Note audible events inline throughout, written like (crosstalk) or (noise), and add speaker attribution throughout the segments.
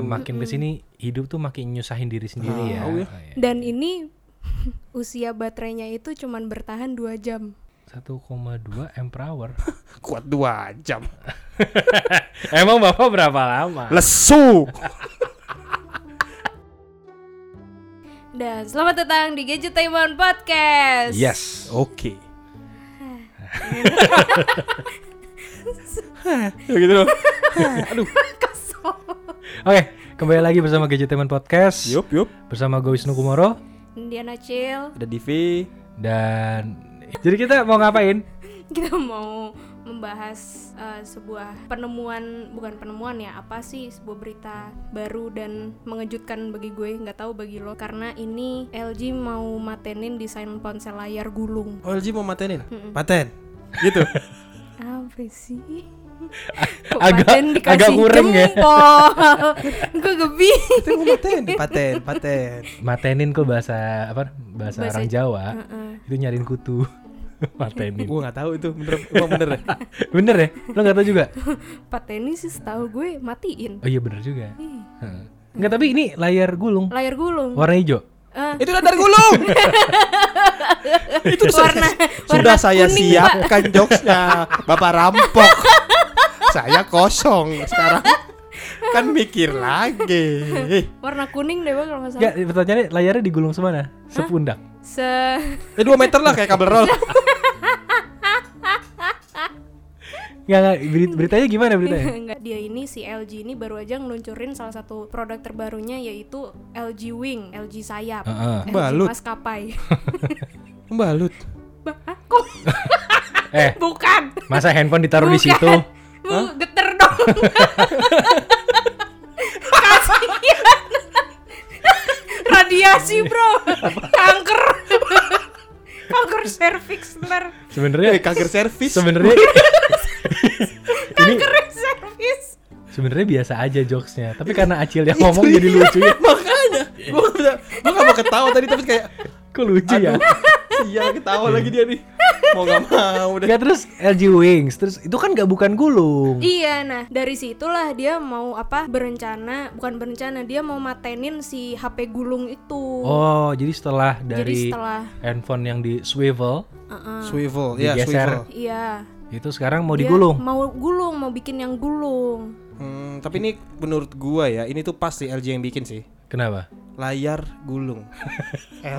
Speaker 1: Makin kesini hidup tuh makin nyusahin diri sendiri ya.
Speaker 2: Tahu ya.
Speaker 1: Oh, iya.
Speaker 3: Dan ini (laughs) usia baterainya itu cuman bertahan 2 jam.
Speaker 1: 1,2 m per hour.
Speaker 2: Kuat dua jam.
Speaker 1: (laughs) Emang bapak berapa lama?
Speaker 2: Lesu.
Speaker 3: Dan selamat datang di Gadgetainment Podcast.
Speaker 2: Yes.
Speaker 1: Oh.
Speaker 2: Oke. ya (laughs) gitu loh. Aduh.
Speaker 1: Oke, kembali lagi bersama Gadgeteman Podcast
Speaker 2: Yup yup.
Speaker 1: bersama gue Wisnu Kumoro
Speaker 3: Indiana Chill. (laughs)
Speaker 2: Ada Divi.
Speaker 1: dan jadi kita mau ngapain?
Speaker 3: Kita mau membahas eh, sebuah penemuan bukan penemuan ya apa sih sebuah berita baru dan mengejutkan bagi gue nggak tahu bagi lo karena ini LG mau matenin desain ponsel layar gulung
Speaker 2: OLG Oh, mau matenin. Paten. Gitu.
Speaker 3: apa sih
Speaker 1: (laughs) agak- agak kurang ya.
Speaker 3: (laughs) gue gebing
Speaker 2: Itu mau paten. Paten. Paten.
Speaker 1: Matenin kok bahasa apa? Bahasa,
Speaker 3: Bahasa-
Speaker 1: orang Jawa. Itu nyariin kutu. (laughs) Matenin.
Speaker 2: Gue nggak tahu itu bener. Emang bener ya.
Speaker 1: bener ya? Lo nggak tahu juga?
Speaker 3: Pateni sih setahu gue matiin
Speaker 1: Oh iya bener juga. Heeh. Nggak tapi ini layar gulung
Speaker 3: layar gulung Ah.
Speaker 1: warna hijau.
Speaker 2: (laughs) (laughs) itu datar gulung.
Speaker 3: itu warna
Speaker 2: Sudah
Speaker 3: warna
Speaker 2: saya
Speaker 3: kuning, Pak.
Speaker 2: siapkan jokesnya Bapak rampok Saya kosong sekarang Kan mikir lagi
Speaker 3: warna kuning deh bang kalau nggak salah
Speaker 1: Enggak, pertanyaannya layarnya digulung semana? Sepundak.
Speaker 3: se
Speaker 2: Eh 2 meter lah kayak kabel roll
Speaker 1: Enggak, enggak, beri-
Speaker 3: (laughs)
Speaker 1: beritanya gimana beritanya?
Speaker 3: Enggak, dia ini si LG ini baru aja ngeluncurin salah satu produk terbarunya yaitu LG Wing, LG sayap,
Speaker 1: Heeh.
Speaker 3: LG
Speaker 2: Balut.
Speaker 3: maskapai.
Speaker 2: Balut
Speaker 3: Bah, kok
Speaker 1: Eh,
Speaker 3: (laughs) bukan?
Speaker 1: masa handphone ditaruh di
Speaker 3: Bukan.
Speaker 1: situ?
Speaker 3: Bu, geter dong. Kasihan. Radiasi, Bro. Kanker. Kanker cervix ntar.
Speaker 1: Sebenarnya
Speaker 2: Eh kanker servis
Speaker 1: sebenarnya
Speaker 3: (laughs)
Speaker 1: ini
Speaker 3: Kanker cervix.
Speaker 1: sebenarnya biasa aja jokesnya, tapi karena Acil yang ngomong jadi lucu ya.
Speaker 2: (laughs) Makanya Gue gak mau ketawa tadi tapi kayak
Speaker 1: Kok lucu ya?
Speaker 2: Sial ketawa lagi dia nih Mau gak mau deh
Speaker 1: Enggak terus LG Wings, terus itu kan nggak bukan gulung.
Speaker 3: Iya, nah dari situlah dia mau apa berencana, bukan berencana, dia mau matenin si HP gulung itu.
Speaker 1: Oh, jadi setelah
Speaker 3: Jadi
Speaker 1: dari
Speaker 3: setelah
Speaker 1: handphone yang di swivel
Speaker 2: Swivel ya
Speaker 1: Digeser.
Speaker 2: swivel
Speaker 3: iya,
Speaker 1: itu sekarang mau
Speaker 3: dia
Speaker 1: digulung.
Speaker 3: Mau gulung, mau bikin yang gulung.
Speaker 2: Hmm, Tapi ini menurut gua ya Ini tuh pasti LG yang bikin sih
Speaker 1: Kenapa?
Speaker 2: Layar
Speaker 3: (laughs)
Speaker 2: gulung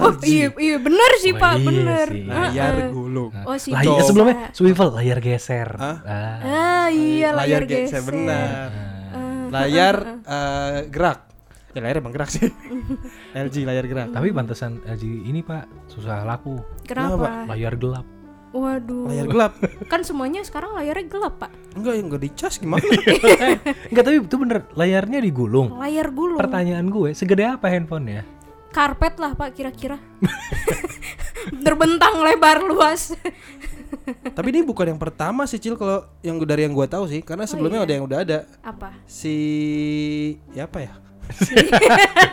Speaker 3: Oh, iya, iya bener sih,
Speaker 1: Wah,
Speaker 3: Pak,
Speaker 1: iya
Speaker 3: bener.
Speaker 1: sih.
Speaker 2: Layar gulung
Speaker 3: Oh, si
Speaker 1: Layar
Speaker 3: Dosa.
Speaker 1: iya, sebelumnya swivel layar geser.
Speaker 2: Hah?
Speaker 1: Ah.
Speaker 3: Ah, iya layar, geser. Ah.
Speaker 2: benar layar eh, gerak ya layar emang gerak
Speaker 3: (laughs)
Speaker 2: sih LG layar gerak
Speaker 3: Nah.
Speaker 1: Tapi pantesan LG ini Pak susah laku.
Speaker 3: Kenapa?
Speaker 1: Layar gelap.
Speaker 3: (laughs) Waduh.
Speaker 2: layar gelap
Speaker 3: Kan semuanya sekarang layarnya gelap, Pak.
Speaker 2: enggak ya enggak dicas
Speaker 3: (laughs)
Speaker 2: gimana
Speaker 1: Enggak Eh, tapi itu bener layarnya digulung.
Speaker 3: Layar gulung.
Speaker 1: Pertanyaan gue, segede apa handphonenya? (laughs)
Speaker 3: Karpet lah, Pak, kira-kira. (laughs) Terbentang lebar luas.
Speaker 2: tapi ini bukan yang pertama sih cil kalau yang dari yang gua tahu sih karena
Speaker 3: Oh,
Speaker 2: sebelumnya
Speaker 3: iya.
Speaker 2: ada yang udah ada
Speaker 3: Apa?
Speaker 2: si ya apa ya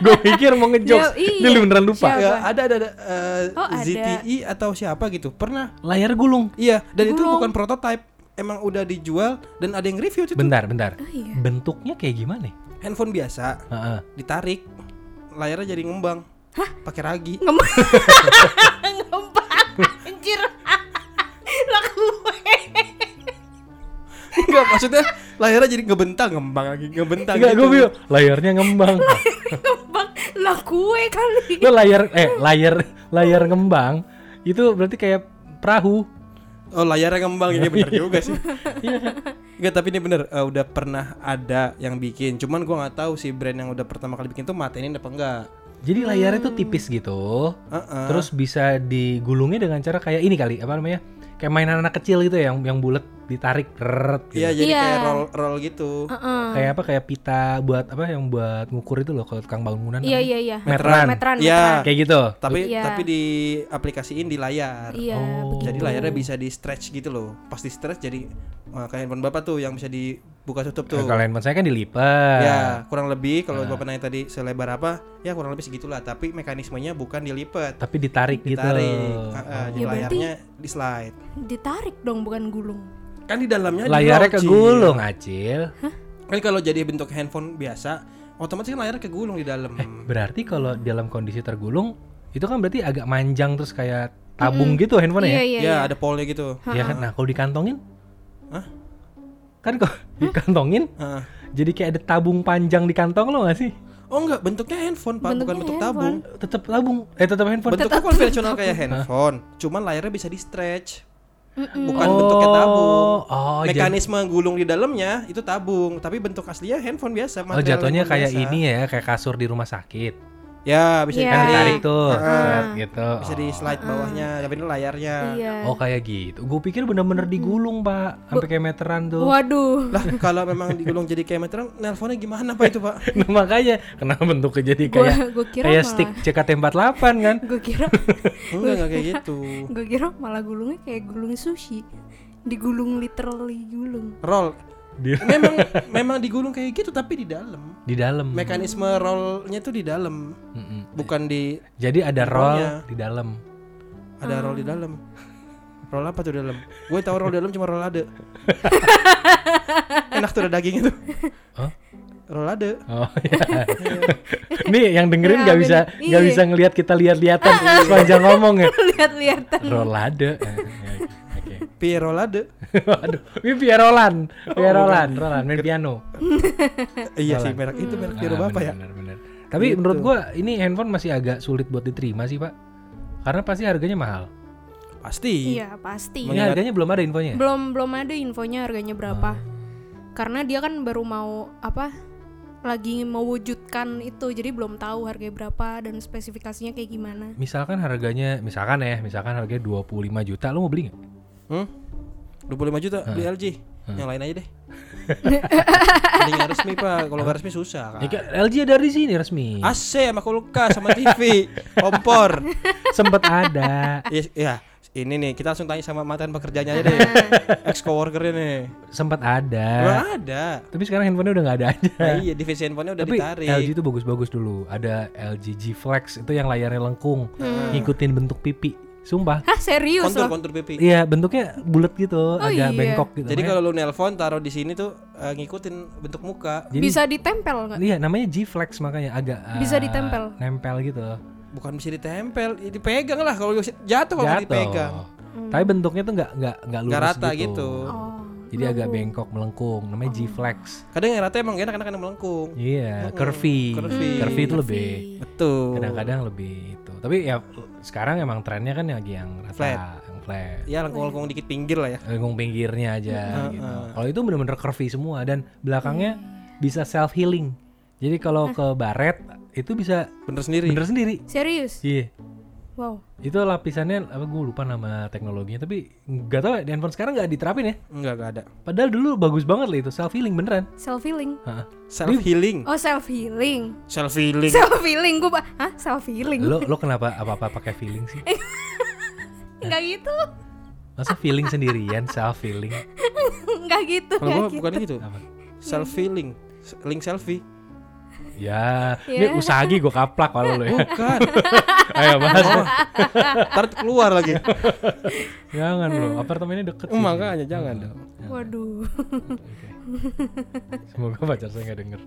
Speaker 1: gue pikir mau ngejokes.
Speaker 3: Ya, iya.
Speaker 1: Ini lu beneran lupa.
Speaker 3: Siapa?
Speaker 2: Ya, ada ada, ada eh,
Speaker 3: Oh, ada.
Speaker 2: ZTE atau siapa gitu pernah
Speaker 1: Layar gulung.
Speaker 2: iya dan itu
Speaker 3: Gulung.
Speaker 2: bukan prototype emang udah dijual dan ada yang review itu
Speaker 1: Bentar, bentar.
Speaker 3: Oh, iya.
Speaker 1: Bentuknya kayak gimana?
Speaker 2: handphone biasa
Speaker 1: Heeh.
Speaker 2: ditarik layarnya jadi ngembang pakai ragi (laughs)
Speaker 3: (laughs) Ngembang anjir. (laughs) Lah gue.
Speaker 2: Enggak maksudnya layarnya jadi ngebentang ngembang lagi ngebentang
Speaker 1: Enggak,
Speaker 2: gitu.
Speaker 1: gue bilang layarnya ngembang.
Speaker 3: Oh, Ngembang. Lah gue kali.
Speaker 1: Lo layar eh layar layar ngembang itu berarti kayak
Speaker 3: (laughs)
Speaker 1: perahu.
Speaker 2: Oh layarnya ngembang
Speaker 1: Iya.
Speaker 2: ini bener juga sih. Enggak tapi ini bener eh, udah pernah ada yang bikin. Cuman gua nggak tahu sih brand yang udah pertama kali bikin tuh matenin apa enggak.
Speaker 1: Jadi layarnya tuh tipis gitu.
Speaker 2: Heeh.
Speaker 1: Terus bisa digulungnya dengan cara kayak ini kali, apa namanya? Kayak mainan anak kecil gitu ya, yang yang bulat ditarik reret, gitu.
Speaker 2: Iya jadi
Speaker 3: Iya. Ah,
Speaker 2: kayak roll roll gitu.
Speaker 1: Kayak apa? Kayak pita buat apa yang buat ngukur itu loh kalau tukang bangunan.
Speaker 3: Iya,
Speaker 1: namanya.
Speaker 3: iya, iya.
Speaker 1: Meteran.
Speaker 3: Meteran,
Speaker 2: Iya.
Speaker 1: Kayak gitu.
Speaker 2: Tapi
Speaker 3: Iya.
Speaker 2: tapi di aplikasiin di layar.
Speaker 3: Iya,
Speaker 1: Oh.
Speaker 2: Jadi
Speaker 3: begitu.
Speaker 2: layarnya bisa di stretch gitu loh. Pas di stretch jadi eh, kayak handphone bapak tuh yang bisa dibuka tutup tuh.
Speaker 1: Kalau handphone saya kan dilipat.
Speaker 2: Ya kurang lebih kalau bapak nanya tadi selebar apa ya kurang lebih segitulah. Tapi mekanismenya bukan dilipat.
Speaker 1: Tapi ditarik, gitu.
Speaker 2: ditarik Ah, ah, jadi
Speaker 3: Ya, berarti-
Speaker 2: layarnya di slide
Speaker 3: Ditarik dong bukan gulung.
Speaker 2: kan di dalamnya di
Speaker 1: Layarnya
Speaker 2: launching.
Speaker 1: kegulung, Acil.
Speaker 2: kan kalau jadi bentuk handphone biasa otomatis kan layar kegulung di dalam.
Speaker 3: Eh,
Speaker 1: Berarti kalau dalam kondisi tergulung itu kan berarti agak manjang terus kayak tabung gitu handphone ya.
Speaker 2: ya,
Speaker 3: iya iya iya.
Speaker 2: ada polnya gitu.
Speaker 1: Iya kan? Nah, kalau dikantongin?
Speaker 2: Hah?
Speaker 1: Kan kok dikantongin?
Speaker 2: Heeh.
Speaker 1: Jadi kayak ada tabung panjang di kantong lo gak sih?
Speaker 2: Oh enggak, bentuknya handphone, Pak, bukan
Speaker 3: Bentuknya
Speaker 2: bentuk tabung.
Speaker 3: handphone.
Speaker 1: Tetap tabung, eh tetap handphone.
Speaker 2: Bentuknya konvensional kayak handphone, cuman layarnya bisa di stretch.
Speaker 3: Mm-mm.
Speaker 2: Bukan bentuknya tabung.
Speaker 1: Oh, jadi-
Speaker 2: Mekanisme gulung di dalamnya itu tabung, tapi bentuk aslinya handphone biasa.
Speaker 1: oh
Speaker 2: material
Speaker 1: jatuhnya
Speaker 2: handphone
Speaker 1: kayak
Speaker 2: biasa.
Speaker 1: ini ya, kayak kasur di rumah sakit.
Speaker 2: Ya, bisa
Speaker 3: Iya.
Speaker 1: Kan
Speaker 3: Ah.
Speaker 1: ditarik tuh,
Speaker 2: Ah.
Speaker 1: set, gitu.
Speaker 2: Bisa di slide bawahnya, tapi ini layarnya.
Speaker 3: Iya.
Speaker 1: Oh kayak gitu. Gue pikir bener-bener digulung pak, sampai kayak meteran tuh.
Speaker 3: Waduh.
Speaker 2: Lah, kalau memang digulung jadi kayak meteran, nelponnya gimana Pak itu, Pak?
Speaker 1: (laughs) Nah, makanya kenapa bentuknya jadi
Speaker 3: Gua
Speaker 1: kayak
Speaker 3: gua (laughs) kira
Speaker 1: kayak
Speaker 3: malah-
Speaker 1: stick JKT48 kan?
Speaker 3: Gue kira
Speaker 2: Enggak, enggak kayak gitu.
Speaker 3: gue kira malah gulungnya kayak gulung sushi. Digulung literally gulung. (laughs)
Speaker 2: Roll.
Speaker 1: Di,
Speaker 2: Memang memang digulung kayak gitu tapi di dalam.
Speaker 1: di dalam.
Speaker 2: Mekanisme rollnya tuh di dalam,
Speaker 1: Mm-mm.
Speaker 2: bukan di
Speaker 1: Jadi ada roll
Speaker 2: Rollnya.
Speaker 1: di dalam.
Speaker 2: ada roll di dalam. Roll apa tuh di dalam? Gue tahu roll di dalam cuma roll ade. Enak tuh ada daging itu.
Speaker 1: Hah?
Speaker 2: Roll ade.
Speaker 3: (laughs)
Speaker 1: Oh iya. Nih yang dengerin
Speaker 3: Ya,
Speaker 1: nggak bisa
Speaker 3: bener.
Speaker 1: nggak
Speaker 3: Iya.
Speaker 1: bisa ngelihat kita lihat-lihatan
Speaker 3: (laughs)
Speaker 1: sepanjang ngomong ya.
Speaker 3: Lihat-lihatan.
Speaker 1: Rolade. Eh, eh, Oke.
Speaker 2: Pi roll ade.
Speaker 1: Aduh, ini Pierolan, Pierolan, Rolan main piano.
Speaker 2: Iya sih merek itu merek biru
Speaker 1: Ah,
Speaker 2: bapak ya.
Speaker 1: bener, bener, bener. Tapi menurut gua ini handphone masih agak sulit buat diterima sih, Pak. Karena pasti harganya mahal.
Speaker 2: Pasti.
Speaker 3: Iya, pasti.
Speaker 1: Ini harganya belum ada infonya. ya?
Speaker 3: Belum belum ada infonya harganya berapa. Karena dia kan baru mau apa? Lagi mewujudkan itu. Jadi belum tahu harganya berapa dan spesifikasinya kayak gimana.
Speaker 1: Misalkan harganya, misalkan ya, misalkan harganya 25 juta, lo mau beli nggak?
Speaker 2: Hmm? 25 juta
Speaker 1: Ah.
Speaker 2: beli LG. Yang lain aja deh. Mending yang resmi Pak, kalau nggak resmi susah kan.
Speaker 1: Ya, kan,
Speaker 3: Ah.
Speaker 1: LG ada di sini resmi.
Speaker 2: AC sama kulkas sama TV, kompor.
Speaker 1: Sempet ada,
Speaker 2: Iya, iya. ini nih kita langsung tanya sama mantan pekerjanya aja deh. Ex coworkernya nih.
Speaker 1: Eh. sempet ada.
Speaker 2: Enggak ada.
Speaker 1: Tapi sekarang handphonenya udah nggak ada aja.
Speaker 2: Nah, iya divisi handphonenya udah
Speaker 1: Tapi
Speaker 2: ditarik.
Speaker 1: LG itu bagus-bagus dulu. Ada LG G Flex itu yang layarnya lengkung,
Speaker 3: Hmm.
Speaker 1: ngikutin bentuk pipi. Sumpah.
Speaker 3: Hah, serius
Speaker 2: kontur
Speaker 3: loh.
Speaker 2: kontur pipi.
Speaker 1: Iya, bentuknya bulat gitu, agak
Speaker 3: iya.
Speaker 1: bengkok gitu.
Speaker 2: Jadi
Speaker 1: Makanya-
Speaker 2: kalau lu nelpon taruh di sini tuh eh, ngikutin bentuk muka,
Speaker 1: jadi-
Speaker 3: Bisa ditempel nggak?
Speaker 1: Iya namanya G Flex makanya agak uh,
Speaker 3: Bisa ditempel.
Speaker 1: Nempel gitu.
Speaker 2: bukan bisa ditempel, ya dipegang lah kalau jatuh kalau nggak dipegang.
Speaker 1: Jatuh. Tapi bentuknya tuh nggak nggak nggak lurus
Speaker 2: Nggak rata
Speaker 1: gitu.
Speaker 2: gitu.
Speaker 3: Hmm. Oh.
Speaker 1: Jadi agak bengkok melengkung. Namanya G Flex.
Speaker 2: Kadang yang rata emang enak karena kan melengkung.
Speaker 1: Iya curvy.
Speaker 2: curvy.
Speaker 3: Hmm,
Speaker 1: itu lebih.
Speaker 2: Betul.
Speaker 1: Kadang-kadang lebih itu. Tapi ya sekarang emang trennya kan lagi yang rata,
Speaker 2: Flat.
Speaker 1: yang flat.
Speaker 2: Ya lengkung-lengkung dikit pinggir lah ya.
Speaker 1: Lengkung pinggirnya
Speaker 2: Hmm.
Speaker 1: aja gitu. Kalau itu bener-bener curvy semua dan belakangnya
Speaker 3: Iya.
Speaker 1: bisa self healing. Jadi
Speaker 3: Eh.
Speaker 1: kalau ke baret itu bisa
Speaker 2: Bener sendiri.
Speaker 1: bener sendiri.
Speaker 3: Serius?
Speaker 1: Iya.
Speaker 3: Wow.
Speaker 1: itu lapisannya apa gue lupa nama teknologinya tapi nggak tahu ya, di handphone sekarang nggak diterapin ya
Speaker 2: Enggak, enggak ada.
Speaker 1: padahal dulu bagus banget lah itu self healing beneran
Speaker 3: Self healing.
Speaker 1: Hah.
Speaker 2: Self healing.
Speaker 3: Oh, self healing.
Speaker 2: Self
Speaker 1: Iya.
Speaker 2: healing.
Speaker 3: Self healing gua, pa- hah, self healing.
Speaker 1: lo lo kenapa apa apa pakai feeling sih
Speaker 3: (laughs) Enggak gitu.
Speaker 1: masa feeling sendirian self healing
Speaker 3: Enggak gitu,
Speaker 2: Kalau
Speaker 3: enggak
Speaker 2: gua bukan gitu.
Speaker 1: Apa?
Speaker 2: Self healing. S- Link selfie.
Speaker 1: ya ini usagi gue kaplak kalau lo ya
Speaker 2: Bukan.
Speaker 1: (laughs) ayo bahas lo.
Speaker 2: Ntar keluar
Speaker 1: (laughs)
Speaker 2: lagi.
Speaker 1: jangan lo apartemennya deket sih
Speaker 2: Makanya jangan dong.
Speaker 3: gitu. Waduh. (laughs)
Speaker 1: semoga pacar saya nggak denger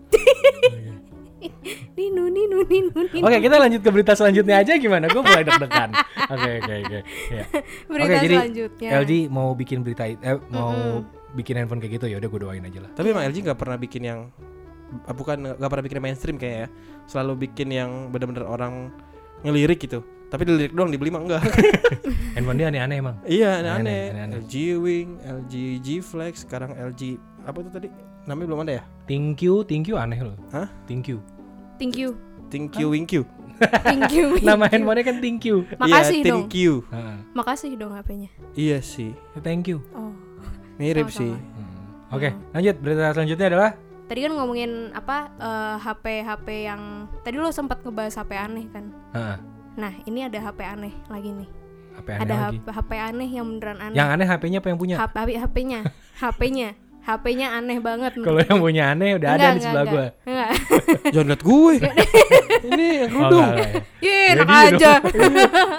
Speaker 3: Ninu ninu ninu ninu.
Speaker 1: Oke kita lanjut ke berita selanjutnya aja gimana? Gue mulai deg-degan. Oke oke oke. Ya.
Speaker 3: Berita
Speaker 1: Oke, jadi
Speaker 3: selanjutnya.
Speaker 1: LG mau bikin berita it- eh, mau bikin handphone kayak gitu ya udah gue doain aja lah.
Speaker 2: Tapi emang LG nggak pernah bikin yang ah, bukan nggak pernah bikin yang mainstream kayaknya ya. Selalu bikin yang benar-benar orang ngelirik gitu. Tapi dilirik doang dibeli mah enggak.
Speaker 1: Handphone dia aneh-aneh emang.
Speaker 2: iya,
Speaker 1: Aneh-aneh, aneh-aneh.
Speaker 2: aneh-aneh. LG Wing, LG G Flex, sekarang LG apa tuh tadi? Namanya belum ada ya?
Speaker 1: Thank you, thank you aneh loh.
Speaker 2: Hah?
Speaker 1: Thank you.
Speaker 3: Thank you.
Speaker 1: (laughs)
Speaker 2: Think you Wing you.
Speaker 3: Thank you.
Speaker 1: Nama handphonenya kan thank you.
Speaker 3: (laughs) Makasih
Speaker 2: Iya,
Speaker 3: dong.
Speaker 2: Think you.
Speaker 1: Heeh.
Speaker 3: Makasih dong HP-nya.
Speaker 2: Iya sih.
Speaker 1: Thank you.
Speaker 3: Oh.
Speaker 2: Mirip sih.
Speaker 1: Hmm. Oke, lanjut berita selanjutnya adalah
Speaker 3: Tadi kan ngomongin apa eh, HP HP yang tadi lo sempat ngebahas HP aneh kan.
Speaker 1: Heeh.
Speaker 3: Nah, ini ada HP aneh lagi nih.
Speaker 1: HP aneh
Speaker 3: ada
Speaker 1: lagi.
Speaker 3: HP, HP aneh yang beneran aneh.
Speaker 1: Yang aneh HP-nya apa yang punya?
Speaker 3: HP HP-nya, HP-nya, HP-nya aneh banget.
Speaker 1: Kalau yang punya aneh udah ada di sebelah gue.
Speaker 3: Enggak. (laughs)
Speaker 2: Eh, Jangan liat gue.
Speaker 1: Oh,
Speaker 2: Ini yang kerudung.
Speaker 1: (laughs)
Speaker 3: Ih, enak
Speaker 1: Jadi
Speaker 3: aja.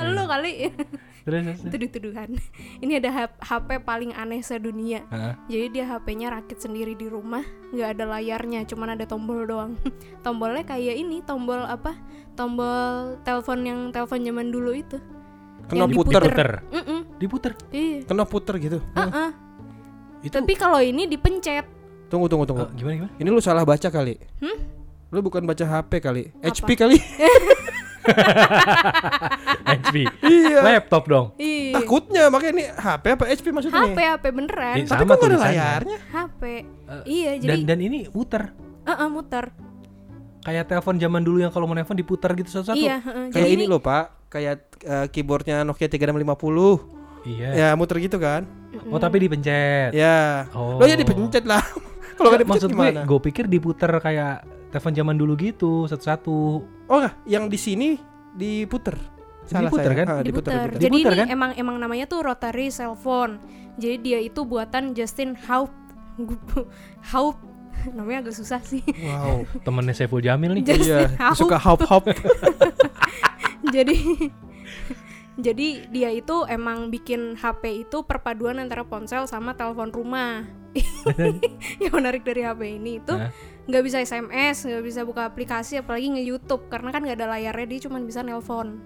Speaker 3: Lu kali.
Speaker 1: Terus, terus, terus.
Speaker 3: tuduh-tuduhan. (laughs) Ini ada hap- HP paling aneh sedunia.
Speaker 1: Heeh.
Speaker 3: Jadi dia HP-nya rakit sendiri di rumah, nggak ada layarnya, cuman ada tombol doang. (laughs) Tombolnya kayak ini, tombol apa? Tombol telepon yang telepon zaman dulu itu.
Speaker 2: Kena
Speaker 3: Yang
Speaker 2: puter.
Speaker 1: Puter.
Speaker 3: Mm-mm,
Speaker 1: Diputer.
Speaker 3: iya.
Speaker 2: Kena puter gitu.
Speaker 3: Ah, ah.
Speaker 1: Itu
Speaker 3: Tapi kalau ini dipencet,
Speaker 2: Tunggu tunggu tunggu.
Speaker 1: Eh, gimana (laughs) gimana?
Speaker 2: Ini lu salah baca kali.
Speaker 3: Hmm?
Speaker 2: Lu bukan baca HP kali.
Speaker 3: Apa?
Speaker 2: HP kali.
Speaker 1: HP.
Speaker 2: iya.
Speaker 1: Laptop dong.
Speaker 3: Ih,
Speaker 2: Takutnya makanya ini HP apa HP maksudnya?
Speaker 3: HP HP beneran,
Speaker 1: Iya,
Speaker 2: Tapi
Speaker 1: Sama
Speaker 2: kok nggak ada
Speaker 1: tulisannya.
Speaker 2: layarnya?
Speaker 3: HP.
Speaker 1: Eh,
Speaker 3: Kan? iya,
Speaker 1: Dan
Speaker 3: jadi
Speaker 1: dan ini puter.
Speaker 3: ah, ah, muter.
Speaker 1: Kayak telepon zaman dulu yang kalau mau nelpon diputar gitu satu-satu.
Speaker 3: Iya, heeh. jadi
Speaker 2: Kayak ini loh Pak, kayak eh, keyboardnya Nokia 3650
Speaker 1: Iya.
Speaker 2: Ya muter gitu kan
Speaker 1: Oh, tapi dipencet.
Speaker 2: Ya
Speaker 1: Oh.
Speaker 2: Lo ya dipencet lah (laughs) Kalau nggak dipencet
Speaker 1: maksud gue,
Speaker 2: gimana?
Speaker 1: gue pikir diputer kayak telepon zaman dulu gitu satu-satu.
Speaker 2: Oh nggak, yang di sini diputer Salah
Speaker 1: Diputer,
Speaker 2: saya.
Speaker 1: kan?
Speaker 2: Ah, diputer,
Speaker 3: diputer.
Speaker 2: diputer.
Speaker 3: Jadi
Speaker 1: Diputer,
Speaker 3: ini
Speaker 1: kan?
Speaker 3: emang emang namanya tuh rotary cell phone. Jadi dia itu buatan Justin Haupt. Haupt namanya agak susah sih. (laughs)
Speaker 2: Wow
Speaker 1: Temennya Saiful Jamil nih.
Speaker 3: Justin
Speaker 2: Iya
Speaker 3: Haupt.
Speaker 2: suka hop-hop
Speaker 3: jadi jadi dia itu emang bikin HP itu perpaduan antara ponsel sama telepon rumah. (laughs) Yang menarik dari HP ini itu
Speaker 1: Hah?
Speaker 3: nggak bisa SMS, nggak bisa buka aplikasi, apalagi nge YouTube karena kan nggak ada layarnya dia cuma bisa nelpon.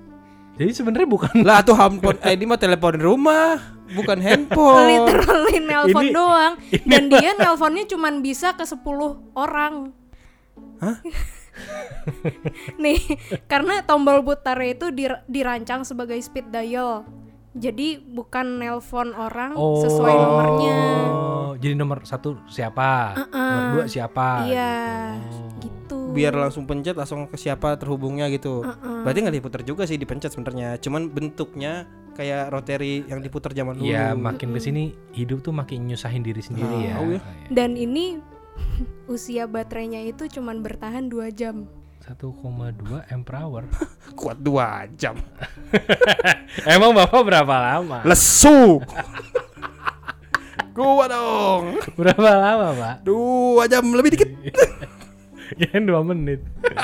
Speaker 1: Jadi sebenarnya bukan
Speaker 2: Lah tuh handphone eh, ini mah telepon rumah (laughs) Bukan handphone
Speaker 3: Literally nelpon
Speaker 1: Ini-
Speaker 3: doang dan dia nelponnya cuma bisa ke 10 orang.
Speaker 2: Hah?
Speaker 3: (laughs) Nih, karena tombol putarnya itu dir- dirancang sebagai speed dial. Jadi bukan nelpon orang sesuai nomornya. Uh-uh.
Speaker 1: Oh, jadi nomor satu siapa? Nomor dua siapa?
Speaker 3: Iya,
Speaker 1: Oh.
Speaker 3: gitu.
Speaker 2: biar langsung pencet langsung ke siapa terhubungnya gitu. Berarti nggak diputer juga sih dipencet sebenarnya. Cuman bentuknya kayak rotary yang diputer zaman dulu.
Speaker 1: Iya, makin kesini hidup tuh makin nyusahin diri sendiri ya.
Speaker 2: Tahu ya.
Speaker 3: Dan ini (laughs) usia baterainya itu cuma bertahan 2 jam.
Speaker 1: 1,2 ampere hour.
Speaker 2: kuat dua jam.
Speaker 1: (laughs) Nah. Emang bapak berapa lama?
Speaker 2: Lesu. (laughs) kuat dong.
Speaker 1: Berapa lama pak?
Speaker 2: Dua jam lebih dikit.
Speaker 1: (laughs) Kirain dua menit. (laughs)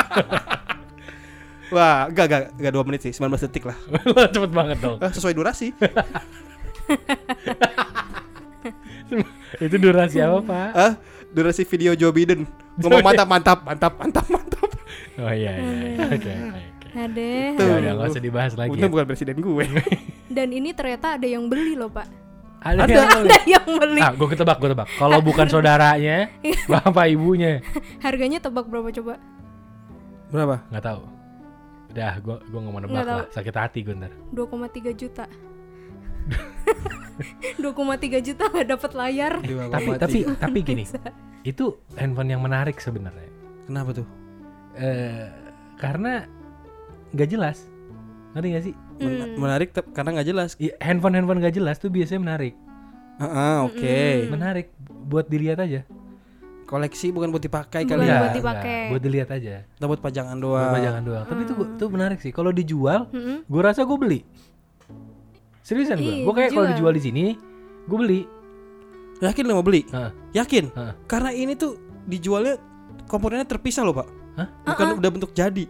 Speaker 2: Wah, enggak enggak enggak dua menit sih, 19 detik lah.
Speaker 1: Lo cepet banget dong. (laughs)
Speaker 2: Eh, sesuai durasi.
Speaker 1: Itu durasi apa pak?
Speaker 2: Eh, durasi video Joe Biden. Ngomong mantap mantap mantap mantap mantap.
Speaker 1: Oh iya iya. iya.
Speaker 3: Hmm.
Speaker 1: Oke oke. oke.
Speaker 3: Ada.
Speaker 1: Ya
Speaker 2: Tuh.
Speaker 1: udah nggak usah dibahas lagi.
Speaker 2: Untung
Speaker 1: Ya.
Speaker 2: bukan presiden gue.
Speaker 3: Dan ini ternyata ada yang beli loh, Pak.
Speaker 1: Ada.
Speaker 2: Ada.
Speaker 1: yang-
Speaker 3: (laughs) Ada yang beli.
Speaker 1: Ah, gue ketebak, gue tebak. Kalau
Speaker 3: (laughs)
Speaker 1: bukan saudaranya,
Speaker 3: Iya.
Speaker 1: bapak ibunya,
Speaker 3: Harganya tebak berapa coba?
Speaker 2: Berapa?
Speaker 1: nggak tahu. Udah, gue gue nggak mau nebak
Speaker 3: Nggak tahu.
Speaker 1: lah. Sakit hati gue ntar.
Speaker 3: 2,3 juta. (laughs) 2,3 juta nggak dapat layar.
Speaker 1: Tapi tapi tapi
Speaker 3: (laughs)
Speaker 1: gini, itu handphone yang menarik sebenarnya.
Speaker 2: kenapa tuh?
Speaker 1: Eh, karena nggak jelas, ngerti nggak sih?
Speaker 2: Men- Menarik tep- karena nggak jelas.
Speaker 1: I- Handphone-handphone nggak jelas tuh biasanya menarik,
Speaker 2: Ah, oke.
Speaker 3: Hmm.
Speaker 1: menarik buat dilihat aja.
Speaker 2: Koleksi bukan buat dipakai
Speaker 3: Bukan
Speaker 2: kali
Speaker 1: Nggak,
Speaker 2: ya.
Speaker 3: buat dipakai.
Speaker 1: nggak, Iya, buat dilihat aja.
Speaker 2: Atau buat pajangan
Speaker 1: Buat
Speaker 2: doang.
Speaker 1: pajangan doang. Tapi itu
Speaker 3: Hmm.
Speaker 1: itu menarik sih. Kalau dijual,
Speaker 3: Mm-mm.
Speaker 1: gue rasa gue beli. Seriusan
Speaker 3: Hmm. Iya,
Speaker 1: gue, gue kayak kalau dijual
Speaker 3: dijual.
Speaker 1: di sini, gue beli.
Speaker 2: Yakin lo mau beli?
Speaker 1: Heeh.
Speaker 2: Yakin?
Speaker 1: Heeh.
Speaker 2: Karena ini tuh dijualnya komponennya terpisah loh, Pak.
Speaker 1: Hah?
Speaker 2: Bukan udah bentuk jadi.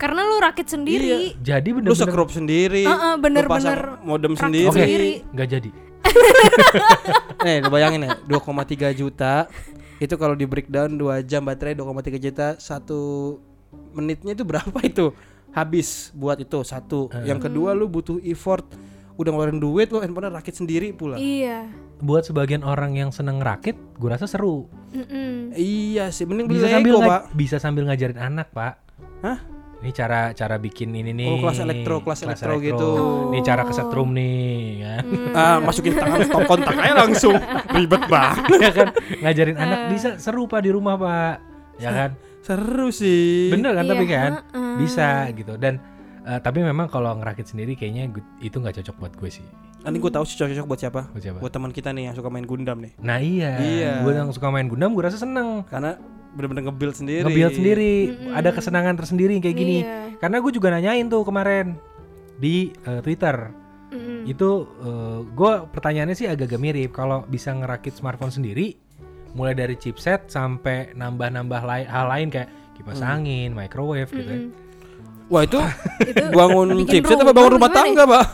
Speaker 3: Karena lu rakit sendiri.
Speaker 1: Jadi
Speaker 2: Lu
Speaker 1: bener-bener
Speaker 2: sekrup sendiri,
Speaker 3: Heeh, bener-bener
Speaker 2: lu pasang modem
Speaker 3: rakit
Speaker 2: sendiri.
Speaker 1: Oke,
Speaker 3: sendiri.
Speaker 1: nggak jadi.
Speaker 2: Nih, lu bayangin ya, 2,3 juta itu kalau di breakdown 2 jam baterai 2,3 juta satu menitnya itu berapa itu habis buat itu satu yang kedua lu butuh effort udah ngeluarin duit lu handphone rakit sendiri pula
Speaker 3: Iya.
Speaker 1: Buat sebagian orang yang seneng rakit, gue rasa seru.
Speaker 3: Mm-mm.
Speaker 2: Iya sih, mending beli
Speaker 1: Bisa sambil
Speaker 2: Lego,
Speaker 1: nga-
Speaker 2: Pak.
Speaker 1: bisa sambil ngajarin anak, Pak.
Speaker 2: Hah?
Speaker 1: Ini cara cara bikin ini nih.
Speaker 2: Oh, kelas elektro, kelas elektro gitu.
Speaker 3: Oh.
Speaker 1: Ini cara kesetrum nih, kan. (laughs)
Speaker 2: Ah, masukin tangan stop kontak aja
Speaker 3: (laughs)
Speaker 2: langsung. Ribet banget.
Speaker 1: ya kan? Ngajarin anak bisa seru Pak di rumah, Pak. Ya kan?
Speaker 2: Seru sih.
Speaker 1: Bener kan tapi
Speaker 3: Iya,
Speaker 1: kan bisa gitu dan eh, tapi memang kalau ngerakit sendiri kayaknya gu- itu nggak cocok buat gue sih.
Speaker 2: Nanti gue tahu sih cocok buat siapa?
Speaker 1: Buat siapa?
Speaker 2: Buat teman kita nih yang suka main Gundam nih.
Speaker 1: Nah iya,
Speaker 2: Iya.
Speaker 1: gue yang suka main Gundam gue rasa seneng
Speaker 2: Karena bener-bener nge-build sendiri.
Speaker 1: nge-build sendiri, ada kesenangan tersendiri kayak gini.
Speaker 3: Iya.
Speaker 1: Karena gue juga nanyain tuh kemarin di eh, Twitter
Speaker 3: Mm-mm.
Speaker 1: itu gue pertanyaannya sih agak-agak mirip kalau bisa ngerakit smartphone sendiri, mulai dari chipset sampai nambah-nambah lai- hal lain kayak kipas
Speaker 3: Mm.
Speaker 1: angin, microwave gitu. ya.
Speaker 2: Wah, itu
Speaker 3: (laughs) Itu
Speaker 2: bangun
Speaker 3: bikin
Speaker 2: chipset
Speaker 3: rumah
Speaker 2: apa bangun rumah
Speaker 3: gimana
Speaker 2: tangga, Pak?
Speaker 1: Ya.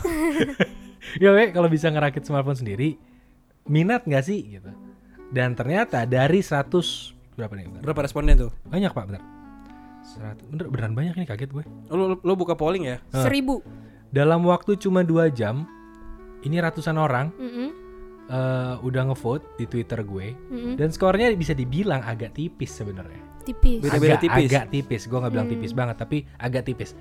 Speaker 1: ya we, kalau bisa ngerakit smartphone sendiri minat nggak sih gitu dan ternyata dari 100 berapa nih bentar.
Speaker 2: Berapa responden tuh?
Speaker 1: banyak pak bentar 100 bener beneran banyak ini kaget gue
Speaker 2: Lu, lu, lu buka polling ya?
Speaker 3: seribu
Speaker 1: dalam waktu cuma dua jam ini ratusan orang
Speaker 3: Mm-mm,
Speaker 1: eh, udah ngevote di twitter gue
Speaker 3: mm-mm.
Speaker 1: dan skornya bisa dibilang agak tipis sebenarnya
Speaker 3: tipis
Speaker 2: Beda- Beda-beda
Speaker 1: agak,
Speaker 2: tipis.
Speaker 1: agak tipis gue nggak bilang
Speaker 3: Hmm.
Speaker 1: tipis banget tapi agak tipis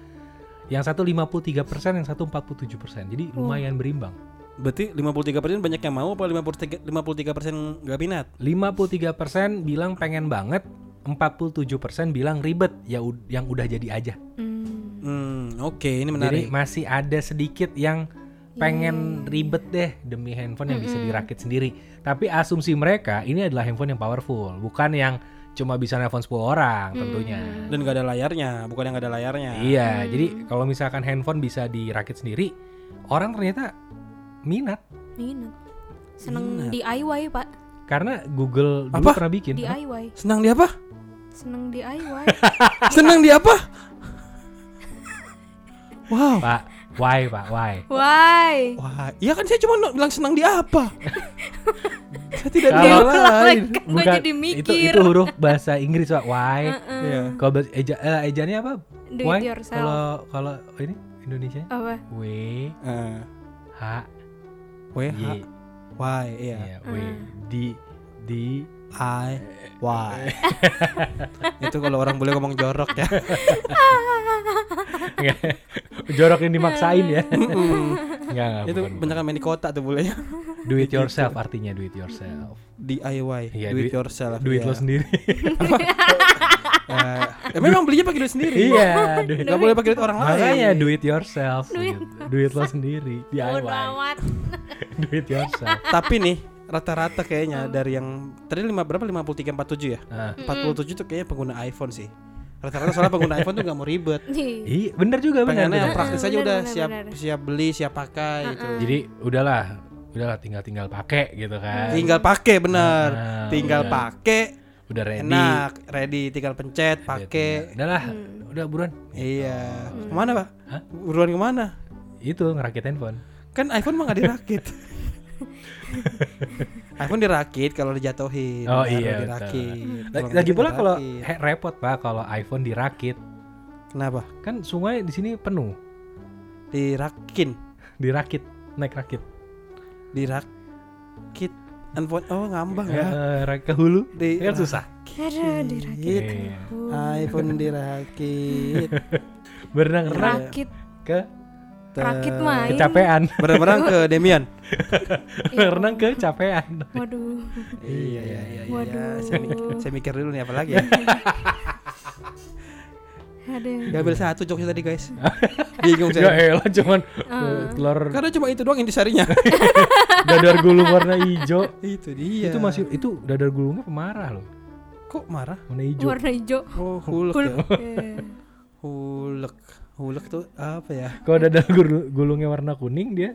Speaker 1: yang satu 53 yang satu 47 jadi lumayan berimbang
Speaker 2: Berarti 53% banyak yang mau apa 53 53% nggak minat?
Speaker 1: 53 bilang pengen banget 47 bilang ribet ya ud- yang udah jadi aja
Speaker 3: Hmm.
Speaker 2: Hmm, oke, ini
Speaker 1: jadi
Speaker 2: menarik.
Speaker 1: masih ada sedikit yang pengen
Speaker 3: Iya.
Speaker 1: ribet deh demi handphone yang bisa dirakit sendiri tapi asumsi mereka ini adalah handphone yang powerful bukan yang cuma bisa nelfon 10 orang tentunya
Speaker 2: Dan nggak ada layarnya, bukan yang nggak ada layarnya.
Speaker 1: Iya, jadi kalau misalkan handphone bisa dirakit sendiri, orang ternyata minat
Speaker 3: minat
Speaker 2: Minat.
Speaker 3: seneng DIY pak
Speaker 1: karena Google dulu
Speaker 2: Apa?
Speaker 1: pernah bikin.
Speaker 3: DIY
Speaker 2: Senang di apa?
Speaker 3: seneng DIY
Speaker 2: Senang di apa? Wow.
Speaker 1: Pak, why Pak,
Speaker 3: (laughs)
Speaker 1: why?
Speaker 3: why
Speaker 2: Wah, iya kan saya cuma no- bilang senang di apa. saya tidak
Speaker 1: Kalau-
Speaker 2: bilang lain.
Speaker 3: Diulang-ulang, kan gue jadi
Speaker 1: itu
Speaker 3: mikir
Speaker 1: itu huruf bahasa Inggris Pak,
Speaker 3: (laughs)
Speaker 1: why?
Speaker 2: Iya.
Speaker 1: Kalau bahasa eja, eh, ejaannya apa?
Speaker 3: do
Speaker 1: why?
Speaker 3: it yourself
Speaker 1: Kalau kalau ini Indonesia
Speaker 3: apa (laughs)
Speaker 1: W Iya.
Speaker 2: Eh,
Speaker 1: H
Speaker 2: W
Speaker 1: Y.
Speaker 2: H ya. Y iya.
Speaker 1: Iya, W
Speaker 3: Hmm.
Speaker 1: D D (laughs)
Speaker 2: I Y. itu kalau orang boleh ngomong jorok
Speaker 1: (laughs)
Speaker 2: ya.
Speaker 1: jorok yang dimaksain
Speaker 3: (laughs)
Speaker 1: ya.
Speaker 2: Mm-mm.
Speaker 1: Enggak, enggak,
Speaker 2: itu
Speaker 1: Ya, bukan, bukan.
Speaker 2: banyak main di kota tuh ya. boleh.
Speaker 1: Do it yourself artinya do it yourself.
Speaker 2: DIY,
Speaker 1: Iya,
Speaker 2: do it
Speaker 1: duit-
Speaker 2: yourself.
Speaker 1: Duit
Speaker 2: iya.
Speaker 1: lo sendiri.
Speaker 3: (laughs)
Speaker 2: Eh, ya memang belinya pakai duit sendiri.
Speaker 1: iya, duit.
Speaker 2: Gak boleh pakai duit orang lain.
Speaker 1: Makanya do it yourself
Speaker 3: Do it
Speaker 1: gitu. Duit lo sendiri
Speaker 3: Bodo
Speaker 1: DIY
Speaker 3: amat
Speaker 1: (laughs) Do it
Speaker 3: (laughs)
Speaker 1: yourself
Speaker 2: Tapi nih rata-rata kayaknya dari yang tadi lima berapa 53 47 ya?
Speaker 1: nah,
Speaker 2: 47 tuh kayaknya pengguna iPhone sih. Rata-rata soalnya pengguna iPhone tuh gak mau
Speaker 1: (laughs)
Speaker 2: ribet.
Speaker 3: Ih,
Speaker 1: Iya bener juga bener,
Speaker 2: Pengennya yang
Speaker 1: bener.
Speaker 3: pra-
Speaker 2: praktis aja
Speaker 3: Bener,
Speaker 2: udah
Speaker 3: bener,
Speaker 2: siap
Speaker 3: bener.
Speaker 2: siap beli, siap pakai gitu.
Speaker 1: Jadi udahlah Udahlah tinggal-tinggal pakai gitu kan
Speaker 2: Tinggal pakai bener.
Speaker 1: Nah,
Speaker 2: Tinggal
Speaker 1: udah.
Speaker 2: pakai
Speaker 1: Udah ready iya.
Speaker 2: enak, ready tinggal pencet,
Speaker 1: Udah tinggal.
Speaker 2: pakai.
Speaker 1: Udahlah
Speaker 3: Hmm.
Speaker 1: Udah buruan
Speaker 2: Iya. Kemana pak?
Speaker 1: Hah?
Speaker 2: Buruan kemana?
Speaker 1: Itu ngerakit handphone
Speaker 2: Kan iPhone mah gak
Speaker 1: (laughs)
Speaker 2: dirakit. iPhone dirakit kalau dijatuhin.
Speaker 1: Oh, iya,
Speaker 2: baru
Speaker 1: betul.
Speaker 2: dirakit.
Speaker 1: Lagi,
Speaker 2: Kalau
Speaker 1: lagi
Speaker 2: nggak
Speaker 1: pula kalau
Speaker 2: dirakit.
Speaker 1: he- repot pak kalau iPhone dirakit
Speaker 2: kenapa?
Speaker 1: kan sungai di sini penuh
Speaker 2: Dirakin,
Speaker 1: dirakit naik rakit
Speaker 2: dirakit. Handphone oh Iya. ngambang ya.
Speaker 1: Eh, ra- ke hulu
Speaker 2: Di-
Speaker 1: kan susah
Speaker 3: aduh dirakit
Speaker 2: Rakit.
Speaker 1: Iya.
Speaker 2: Ah, iPhone dirakit.
Speaker 3: Iya.
Speaker 1: berenang-renang
Speaker 3: rakit
Speaker 1: ke
Speaker 3: rakit main
Speaker 1: kecapean
Speaker 2: Berang-berang ke Demian.
Speaker 1: (laughs) berenang ke kecapean
Speaker 3: waduh
Speaker 2: iya iya iya. iya.
Speaker 3: Waduh.
Speaker 2: Saya, mikir, saya mikir dulu nih apa lagi
Speaker 3: (laughs)
Speaker 2: ya.
Speaker 3: aduh
Speaker 2: Gak satu jokesnya tadi (laughs) guys. Bingung
Speaker 1: Ya
Speaker 2: saya.
Speaker 1: elah cuman eh, telur
Speaker 2: Karena cuma itu doang (laughs) intisarinya.
Speaker 1: dadar gulung warna hijau.
Speaker 2: itu dia.
Speaker 1: Itu masih itu dadar gulungnya pemarah loh.
Speaker 2: kok marah?
Speaker 1: Warna hijau.
Speaker 3: warna hijau
Speaker 2: Oh, hulek
Speaker 3: Hulk.
Speaker 2: ya.
Speaker 1: Iya.
Speaker 3: (laughs) Eh,
Speaker 2: Hulek. Hulek tuh apa ya?
Speaker 1: Kalau dadar gul- gulungnya warna kuning dia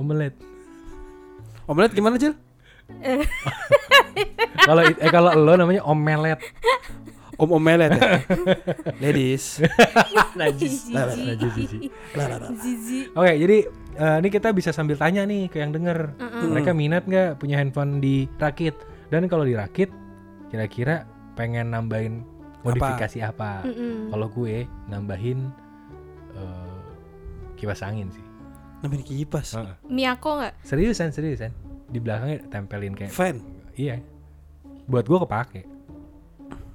Speaker 1: omelet.
Speaker 2: Omelet gimana, Cil?
Speaker 1: Kalau it- eh kalau lo namanya omelet.
Speaker 2: Om omelet ya. (laughs) Ladies.
Speaker 1: Najis.
Speaker 3: Lah, lah, lah,
Speaker 1: Najis, Najis.
Speaker 2: Lah, lah, lah.
Speaker 3: zizi
Speaker 1: Oke, jadi eh, ini kita bisa sambil tanya nih ke yang denger. Mereka minat nggak punya handphone dirakit? Dan kalau dirakit, kira-kira pengen nambahin modifikasi apa?
Speaker 3: Mm-mm.
Speaker 1: Kalau gue nambahin eh, kipas angin sih.
Speaker 2: Namanya kipas.
Speaker 1: Heeh.
Speaker 3: Miyako nggak
Speaker 1: Seriusan, seriusan. Di belakangnya tempelin kayak
Speaker 2: Fan.
Speaker 1: iya. Buat gua kepake.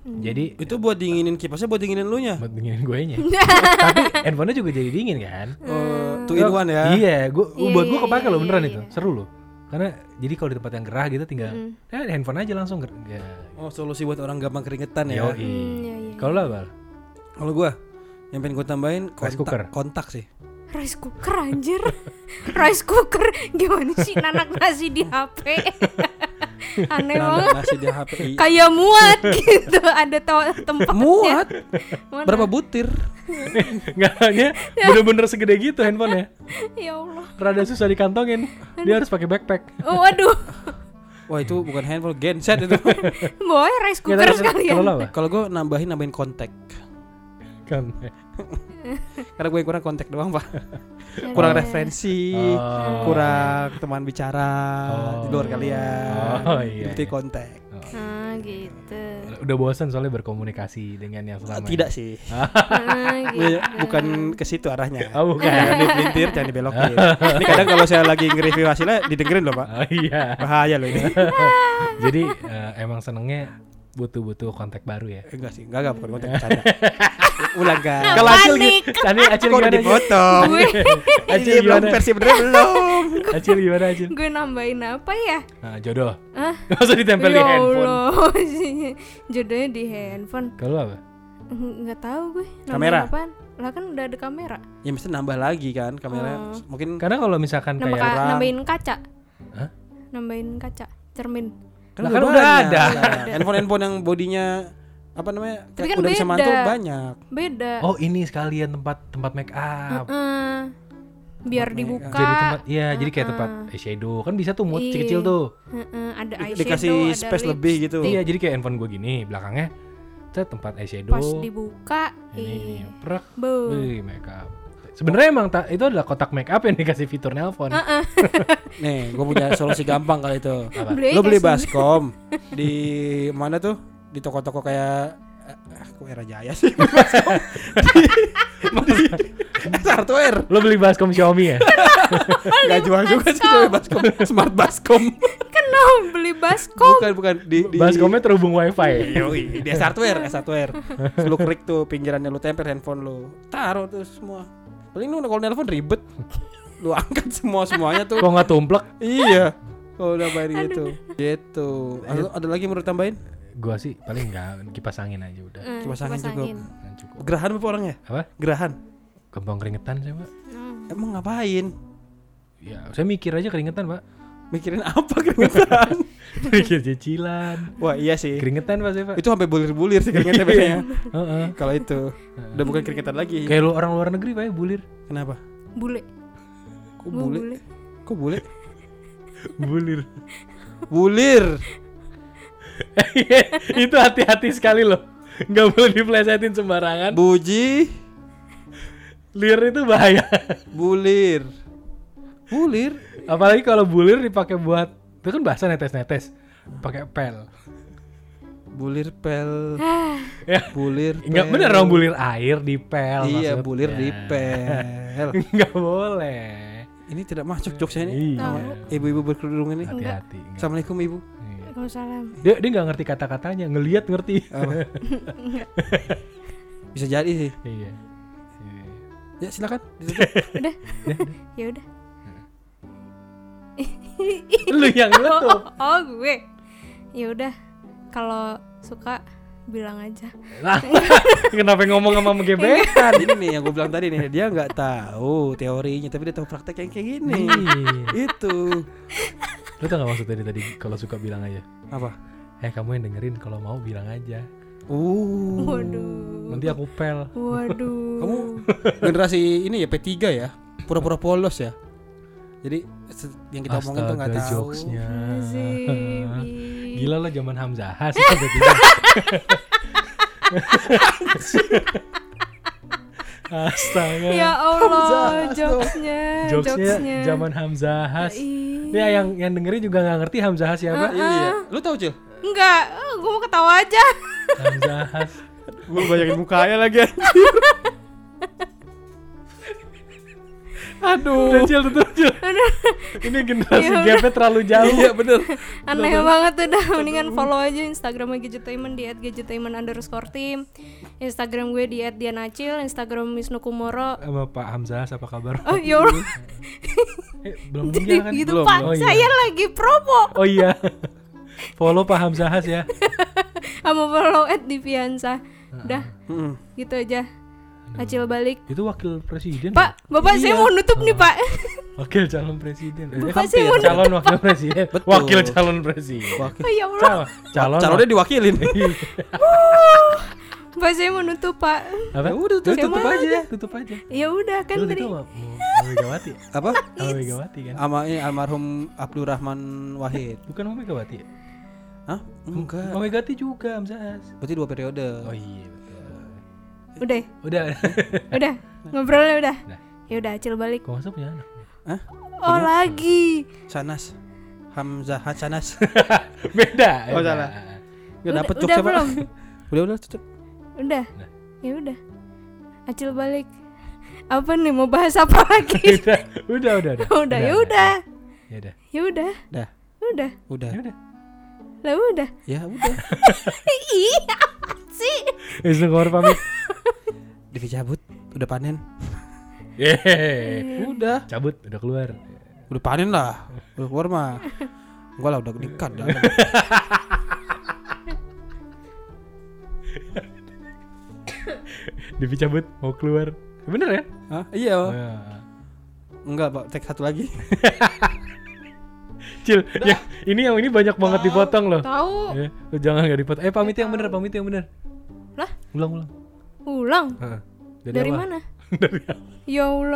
Speaker 1: Jadi
Speaker 2: Itu buat dinginin kipasnya buat dinginin lu nya.
Speaker 1: buat dinginin gue nya. Tapi handphonenya juga jadi dingin kan?
Speaker 2: Oh, two in one ya.
Speaker 1: Iya, gua gua-
Speaker 3: Iya,
Speaker 1: buat
Speaker 3: iya,
Speaker 1: gua kepake
Speaker 3: iya,
Speaker 1: loh beneran
Speaker 3: iya,
Speaker 1: itu.
Speaker 3: iya.
Speaker 1: Seru loh. Karena jadi kalau di tempat yang gerah gitu tinggal eh, handphone aja langsung ger- ya.
Speaker 2: Oh, solusi buat orang gampang keringetan ya.
Speaker 1: Yoi.
Speaker 3: Hmm, ya, ya.
Speaker 1: Kalau lo apa?
Speaker 2: Kalau gua yang pengen gua tambahin
Speaker 1: Rice cooker.
Speaker 2: kontak, kontak sih.
Speaker 3: rice cooker anjir (laughs) rice cooker gimana sih nanak nasi di HP (laughs) aneh
Speaker 2: Nambah
Speaker 3: banget
Speaker 2: nasi di
Speaker 3: (laughs)
Speaker 2: HP.
Speaker 3: kayak muat gitu ada to- tempatnya
Speaker 2: Muat.
Speaker 3: Mana?
Speaker 2: Berapa butir?
Speaker 1: (laughs) Enggak, dia bener-bener segede gitu handphonenya.
Speaker 3: ya Allah
Speaker 1: Rada susah dikantongin. Dia harus pakai backpack.
Speaker 3: oh, waduh (laughs)
Speaker 2: Wah, itu bukan handphone,
Speaker 1: (laughs)
Speaker 2: genset itu.
Speaker 3: boy rice
Speaker 1: Ya, tapi
Speaker 3: cooker
Speaker 1: Kalau
Speaker 3: sekalian
Speaker 1: lo apa?
Speaker 2: Kalau gua nambahin nambahin kontak.
Speaker 1: Kontak.
Speaker 2: Karena gue kurang kontak doang pak Kurang
Speaker 3: Ada-
Speaker 2: referensi
Speaker 1: Oh.
Speaker 2: Kurang teman bicara Di luar
Speaker 1: Oh.
Speaker 2: kalian
Speaker 1: Oh, iya,
Speaker 2: Jadi
Speaker 1: iya.
Speaker 2: kontak
Speaker 3: Ah gitu.
Speaker 1: Udah bosan soalnya berkomunikasi dengan yang selama.
Speaker 2: Tidak sih
Speaker 3: Ah, gitu.
Speaker 2: Iya, Bukan ke situ arahnya
Speaker 1: Oh bukan.
Speaker 2: Jangan dipelintir, jangan dibelokin Ini kadang kalau saya lagi nge-review hasilnya Didengerin loh pak
Speaker 1: Oh (laughs) iya.
Speaker 2: Bahaya loh ini
Speaker 1: Jadi eh, emang senengnya butuh-butuh kontak baru ya.
Speaker 2: Enggak sih, enggak, enggak bukan kontak bercanda Ulang kan
Speaker 1: Kalau Acil
Speaker 3: Panik.
Speaker 1: gimana? Tani Acil
Speaker 2: Kok udah
Speaker 1: gimana? Acil?
Speaker 2: dipotong
Speaker 3: gue (laughs)
Speaker 2: Ini
Speaker 1: Acil
Speaker 2: belum
Speaker 1: gimana?
Speaker 2: versi bener belum
Speaker 1: Acil gimana Acil?
Speaker 3: gue nambahin apa ya?
Speaker 1: Nah, jodoh.
Speaker 3: Hah? Ya
Speaker 1: Gak usah ditempel di handphone.
Speaker 3: Allah. (laughs) Jodohnya di handphone.
Speaker 1: Kalau apa?
Speaker 3: Nggak tahu gue. nambahin
Speaker 2: Kamera?
Speaker 3: Apaan? Lah kan udah ada kamera.
Speaker 2: Ya mesti nambah lagi kan kamera
Speaker 3: Oh.
Speaker 2: Mungkin
Speaker 1: Karena kalau misalkan
Speaker 3: Nambah
Speaker 1: kayak
Speaker 3: ka-
Speaker 2: orang.
Speaker 3: nambahin kaca.
Speaker 1: Hah?
Speaker 3: Nambahin kaca, cermin.
Speaker 1: Lah, kan udah ada.
Speaker 2: Handphone-handphone yang bodinya apa namanya?
Speaker 3: Tapi
Speaker 2: kayak
Speaker 3: kan
Speaker 2: udah bisa
Speaker 3: beda.
Speaker 2: mantul banyak.
Speaker 3: Beda.
Speaker 1: oh ini sekalian tempat tempat make up.
Speaker 3: Eh, biar
Speaker 2: Tempat
Speaker 3: dibuka.
Speaker 1: Jadi tempat ya jadi kayak tempat eyeshadow kan bisa tuh mau
Speaker 3: Iya.
Speaker 1: kecil-kecil tuh.
Speaker 3: Heeh,
Speaker 2: Di-
Speaker 3: ada eyeshadow,
Speaker 2: dikasih
Speaker 3: ada
Speaker 2: space
Speaker 3: lip.
Speaker 2: lebih gitu.
Speaker 1: Iya, jadi kayak handphone gue gini belakangnya tuh tempat eyeshadow.
Speaker 3: Pas Iya. dibuka, eh,
Speaker 1: ini ini
Speaker 3: ih,
Speaker 1: prek,
Speaker 3: Boom.
Speaker 1: wih, make up. Sebenarnya emang ta- itu adalah kotak make up yang dikasih fitur nelpon.
Speaker 2: Nih, gue punya solusi gampang kali
Speaker 1: (laughs)
Speaker 2: itu.
Speaker 1: Apa?
Speaker 3: Beli
Speaker 2: Lo beli
Speaker 3: kayak
Speaker 2: baskom di mana tuh? Di toko-toko kayak eh, kok era jaya sih (laughs) hardware
Speaker 1: Lo beli baskom Xiaomi ya?
Speaker 3: Oh,
Speaker 2: nggak jual juga sih cewek baskom smart baskom
Speaker 3: sini. Kenapa Kan, beli baskom?
Speaker 2: bukan bukan di, di
Speaker 1: Baskomnya terhubung wifi.
Speaker 2: Yoi, di S hardware, S hardware. Terus lu klik tuh pinggirannya lu tempel handphone lu. Taruh tuh semua. Paling lu kalau nelpon ribet. Lu angkat semua semuanya tuh.
Speaker 1: Kok nggak tumplek?
Speaker 2: iya. Kalau udah bayar gitu. Gitu. Ada, ada lagi menurut tambahin?
Speaker 1: Gua sih paling nggak kipas angin aja udah.
Speaker 3: Eh,
Speaker 2: Kipas angin
Speaker 3: kipas
Speaker 2: cukup.
Speaker 3: angin.
Speaker 1: Nah, cukup.
Speaker 2: Gerahan apa orangnya?
Speaker 1: Apa?
Speaker 2: Gerahan.
Speaker 1: Gampang keringetan saya pak?
Speaker 3: Hmm.
Speaker 2: Emang ngapain?
Speaker 1: Ya, saya mikir aja keringetan pak.
Speaker 2: Mikirin apa (laughs) keringetan?
Speaker 1: (laughs) mikir cicilan.
Speaker 2: Wah, iya sih.
Speaker 1: Keringetan pak saya pak.
Speaker 2: Itu sampai bulir-bulir sih
Speaker 1: Iya.
Speaker 2: keringetnya biasanya.
Speaker 1: Heeh.
Speaker 2: Kalau itu udah bukan keringetan lagi.
Speaker 1: Kayak lu orang luar negeri pak ya bulir.
Speaker 2: Kenapa?
Speaker 3: Bule.
Speaker 2: Kok
Speaker 3: Gua
Speaker 2: bule?
Speaker 3: bule.
Speaker 2: Kok bule?
Speaker 1: Bulir.
Speaker 2: Bulir.
Speaker 1: (laughs) itu hati-hati sekali loh. Nggak boleh diplesetin sembarangan.
Speaker 2: Buji.
Speaker 1: Lir itu bahaya.
Speaker 2: Bulir. Bulir?
Speaker 1: Apalagi kalau bulir dipakai buat itu kan bahasa netes-netes. Pakai pel.
Speaker 2: Bulir pel.
Speaker 3: Ah,
Speaker 1: Ya.
Speaker 2: Bulir.
Speaker 1: Enggak
Speaker 2: pel.
Speaker 1: bener dong bulir air di pel.
Speaker 2: Iya,
Speaker 1: maksudnya.
Speaker 2: bulir di pel.
Speaker 1: Nggak boleh.
Speaker 2: ini tidak masuk jokesnya ini.
Speaker 1: Iya.
Speaker 3: Tahu.
Speaker 2: Ibu-ibu berkerudung ini.
Speaker 1: Hati-hati. enggak.
Speaker 2: Assalamualaikum ibu.
Speaker 1: Iya.
Speaker 3: Waalaikumsalam.
Speaker 1: Dia dia nggak ngerti kata-katanya, ngelihat ngerti.
Speaker 2: Apa? Bisa jadi sih.
Speaker 1: Iya.
Speaker 2: Ya silakan. ditutup.
Speaker 3: Ya udah.
Speaker 1: Lu yang
Speaker 3: Oh,
Speaker 2: (laughs)
Speaker 1: nutup.
Speaker 3: oh, gue. Ya udah. Kalau suka bilang aja.
Speaker 1: Lah, kenapa ngomong sama gebek?
Speaker 2: Kan ini nih yang gue bilang tadi nih dia nggak tahu teorinya tapi dia tahu praktek yang kayak gini.
Speaker 1: Iya.
Speaker 2: itu
Speaker 1: Lu tau gak maksud tadi tadi kalau suka bilang aja.
Speaker 2: apa?
Speaker 1: Eh kamu yang dengerin kalau mau bilang aja.
Speaker 2: Uh.
Speaker 3: Waduh.
Speaker 1: Nanti aku pel.
Speaker 3: Waduh.
Speaker 2: (laughs) Kamu generasi ini ya P3 ya. Pura-pura polos ya. Jadi se- yang kita omongin tuh nggak
Speaker 1: Astaga,
Speaker 2: tahu.
Speaker 1: jokesnya.
Speaker 3: Azim, iya. ih.
Speaker 1: Gila lah zaman Hamzah (laughs) sih Astaga. (laughs)
Speaker 3: Ya Allah, jokesnya,
Speaker 1: jokesnya zaman Hamzah.
Speaker 3: Ih.
Speaker 1: Ya yang yang dengerin juga nggak ngerti Hamzah siapa.
Speaker 3: Ah.
Speaker 2: Iya. Lu tahu, Cil?
Speaker 3: Enggak, eh, gue mau ketawa aja. (laughs)
Speaker 1: Hamzah.
Speaker 2: Gue bayangin mukanya lagi
Speaker 1: Udah
Speaker 2: Aduh
Speaker 1: Cil, tutup Cil. Ini generasi
Speaker 3: Ya udah.
Speaker 1: gapnya terlalu jauh.
Speaker 2: Iya bener
Speaker 3: Aneh banget udah.
Speaker 1: (laughs)
Speaker 3: Mendingan follow aja Instagramnya Gadgetainment di @gadgetainment underscore team. Instagram gue di @dianacil, Instagram Wisnu Kumoro.
Speaker 1: Sama Pak Hamzah apa kabar?
Speaker 3: Oh ya Allah, (laughs)
Speaker 1: Eh, belum
Speaker 3: jadi
Speaker 1: meninggal kan?
Speaker 3: gitu
Speaker 1: belum.
Speaker 3: pak.
Speaker 1: Oh iya.
Speaker 3: Saya lagi promo (laughs)
Speaker 1: Oh iya. Follow Pak Hamzah ya.
Speaker 3: sama follow @diviansa. Udah, gitu aja. Acil balik.
Speaker 1: Itu wakil presiden.
Speaker 3: Pak, bapak
Speaker 1: Iya.
Speaker 3: saya mau nutup
Speaker 1: Oh.
Speaker 3: nih pak. (laughs)
Speaker 1: Wakil calon presiden. Eh,
Speaker 3: Bapak saya mau
Speaker 1: hampir. calon wakil presiden.
Speaker 2: Betul.
Speaker 1: Wakil calon presiden.
Speaker 3: Oh ya
Speaker 1: Calon,
Speaker 3: Allah,
Speaker 1: calon,
Speaker 2: Calonnya diwakilin
Speaker 3: bapak saya mau nutup pak.
Speaker 1: apa?
Speaker 2: Ya udah tutup,
Speaker 3: Saya
Speaker 2: tutup
Speaker 3: mau
Speaker 2: aja
Speaker 1: Tutup aja.
Speaker 3: Ya udah kan
Speaker 1: Lu
Speaker 3: tadi.
Speaker 1: itu mau mau Megawati. ya?
Speaker 2: Apa?
Speaker 1: Sama Megawati kan.
Speaker 2: Ama ini almarhum Abdurrahman Wahid
Speaker 1: Bukan mau Megawati. ya?
Speaker 2: Hah? Enggak Oh
Speaker 1: Mau Megawati juga Hamzah.
Speaker 2: Berarti dua periode
Speaker 1: Oh iya betul.
Speaker 3: Udah, ya?
Speaker 1: Udah. (laughs)
Speaker 3: udah. Ngobrolnya udah.
Speaker 1: Udah.
Speaker 3: Ya udah, Acil balik.
Speaker 1: Kok masa punya
Speaker 2: (laughs)
Speaker 1: anak?
Speaker 2: Hah?
Speaker 3: Oh, lagi.
Speaker 2: Sanas. Hamzah Sanas.
Speaker 1: Beda.
Speaker 2: Oh,
Speaker 1: beda.
Speaker 2: salah. Gak
Speaker 3: Udah-
Speaker 2: dapet tuh
Speaker 3: udah
Speaker 2: siapa?
Speaker 3: belum?
Speaker 2: (laughs) udah udah tutup.
Speaker 3: Udah.
Speaker 1: Udah.
Speaker 3: Ya udah. Acil balik. Apa nih mau bahas apa lagi?
Speaker 1: udah, udah, udah. Udah,
Speaker 3: (laughs) udah, ya udah.
Speaker 1: Ya udah.
Speaker 3: Ya udah.
Speaker 2: Dah.
Speaker 3: Udah.
Speaker 2: Udah.
Speaker 1: Ya udah.
Speaker 3: Lah (laughs) udah.
Speaker 2: Ya udah.
Speaker 3: Iya, apa sih.
Speaker 1: Isnu Komar pamit.
Speaker 2: Devi cabut. Udah panen.
Speaker 1: Yeay.
Speaker 3: Iya.
Speaker 2: Udah.
Speaker 1: Cabut, udah keluar.
Speaker 2: Udah panen lah. Udah keluar mah. Gua lah udah dekat dah.
Speaker 1: Devi cabut, mau keluar. Bener kan?
Speaker 2: Hah? Iya.
Speaker 1: Nah.
Speaker 2: Enggak, Pak. Tek satu lagi.
Speaker 1: Cil, ya, ini yang ini banyak banget dipotong loh.
Speaker 3: Tahu.
Speaker 1: Ya, lu jangan nggak dipotong. Eh pamit yang bener, pamit yang bener.
Speaker 3: Lah,
Speaker 1: Ulang, ulang.
Speaker 3: ulang.
Speaker 1: Heeh.
Speaker 3: Dari,
Speaker 1: awal.
Speaker 3: mana?
Speaker 1: (laughs) Dari awal.
Speaker 3: Ya Allah.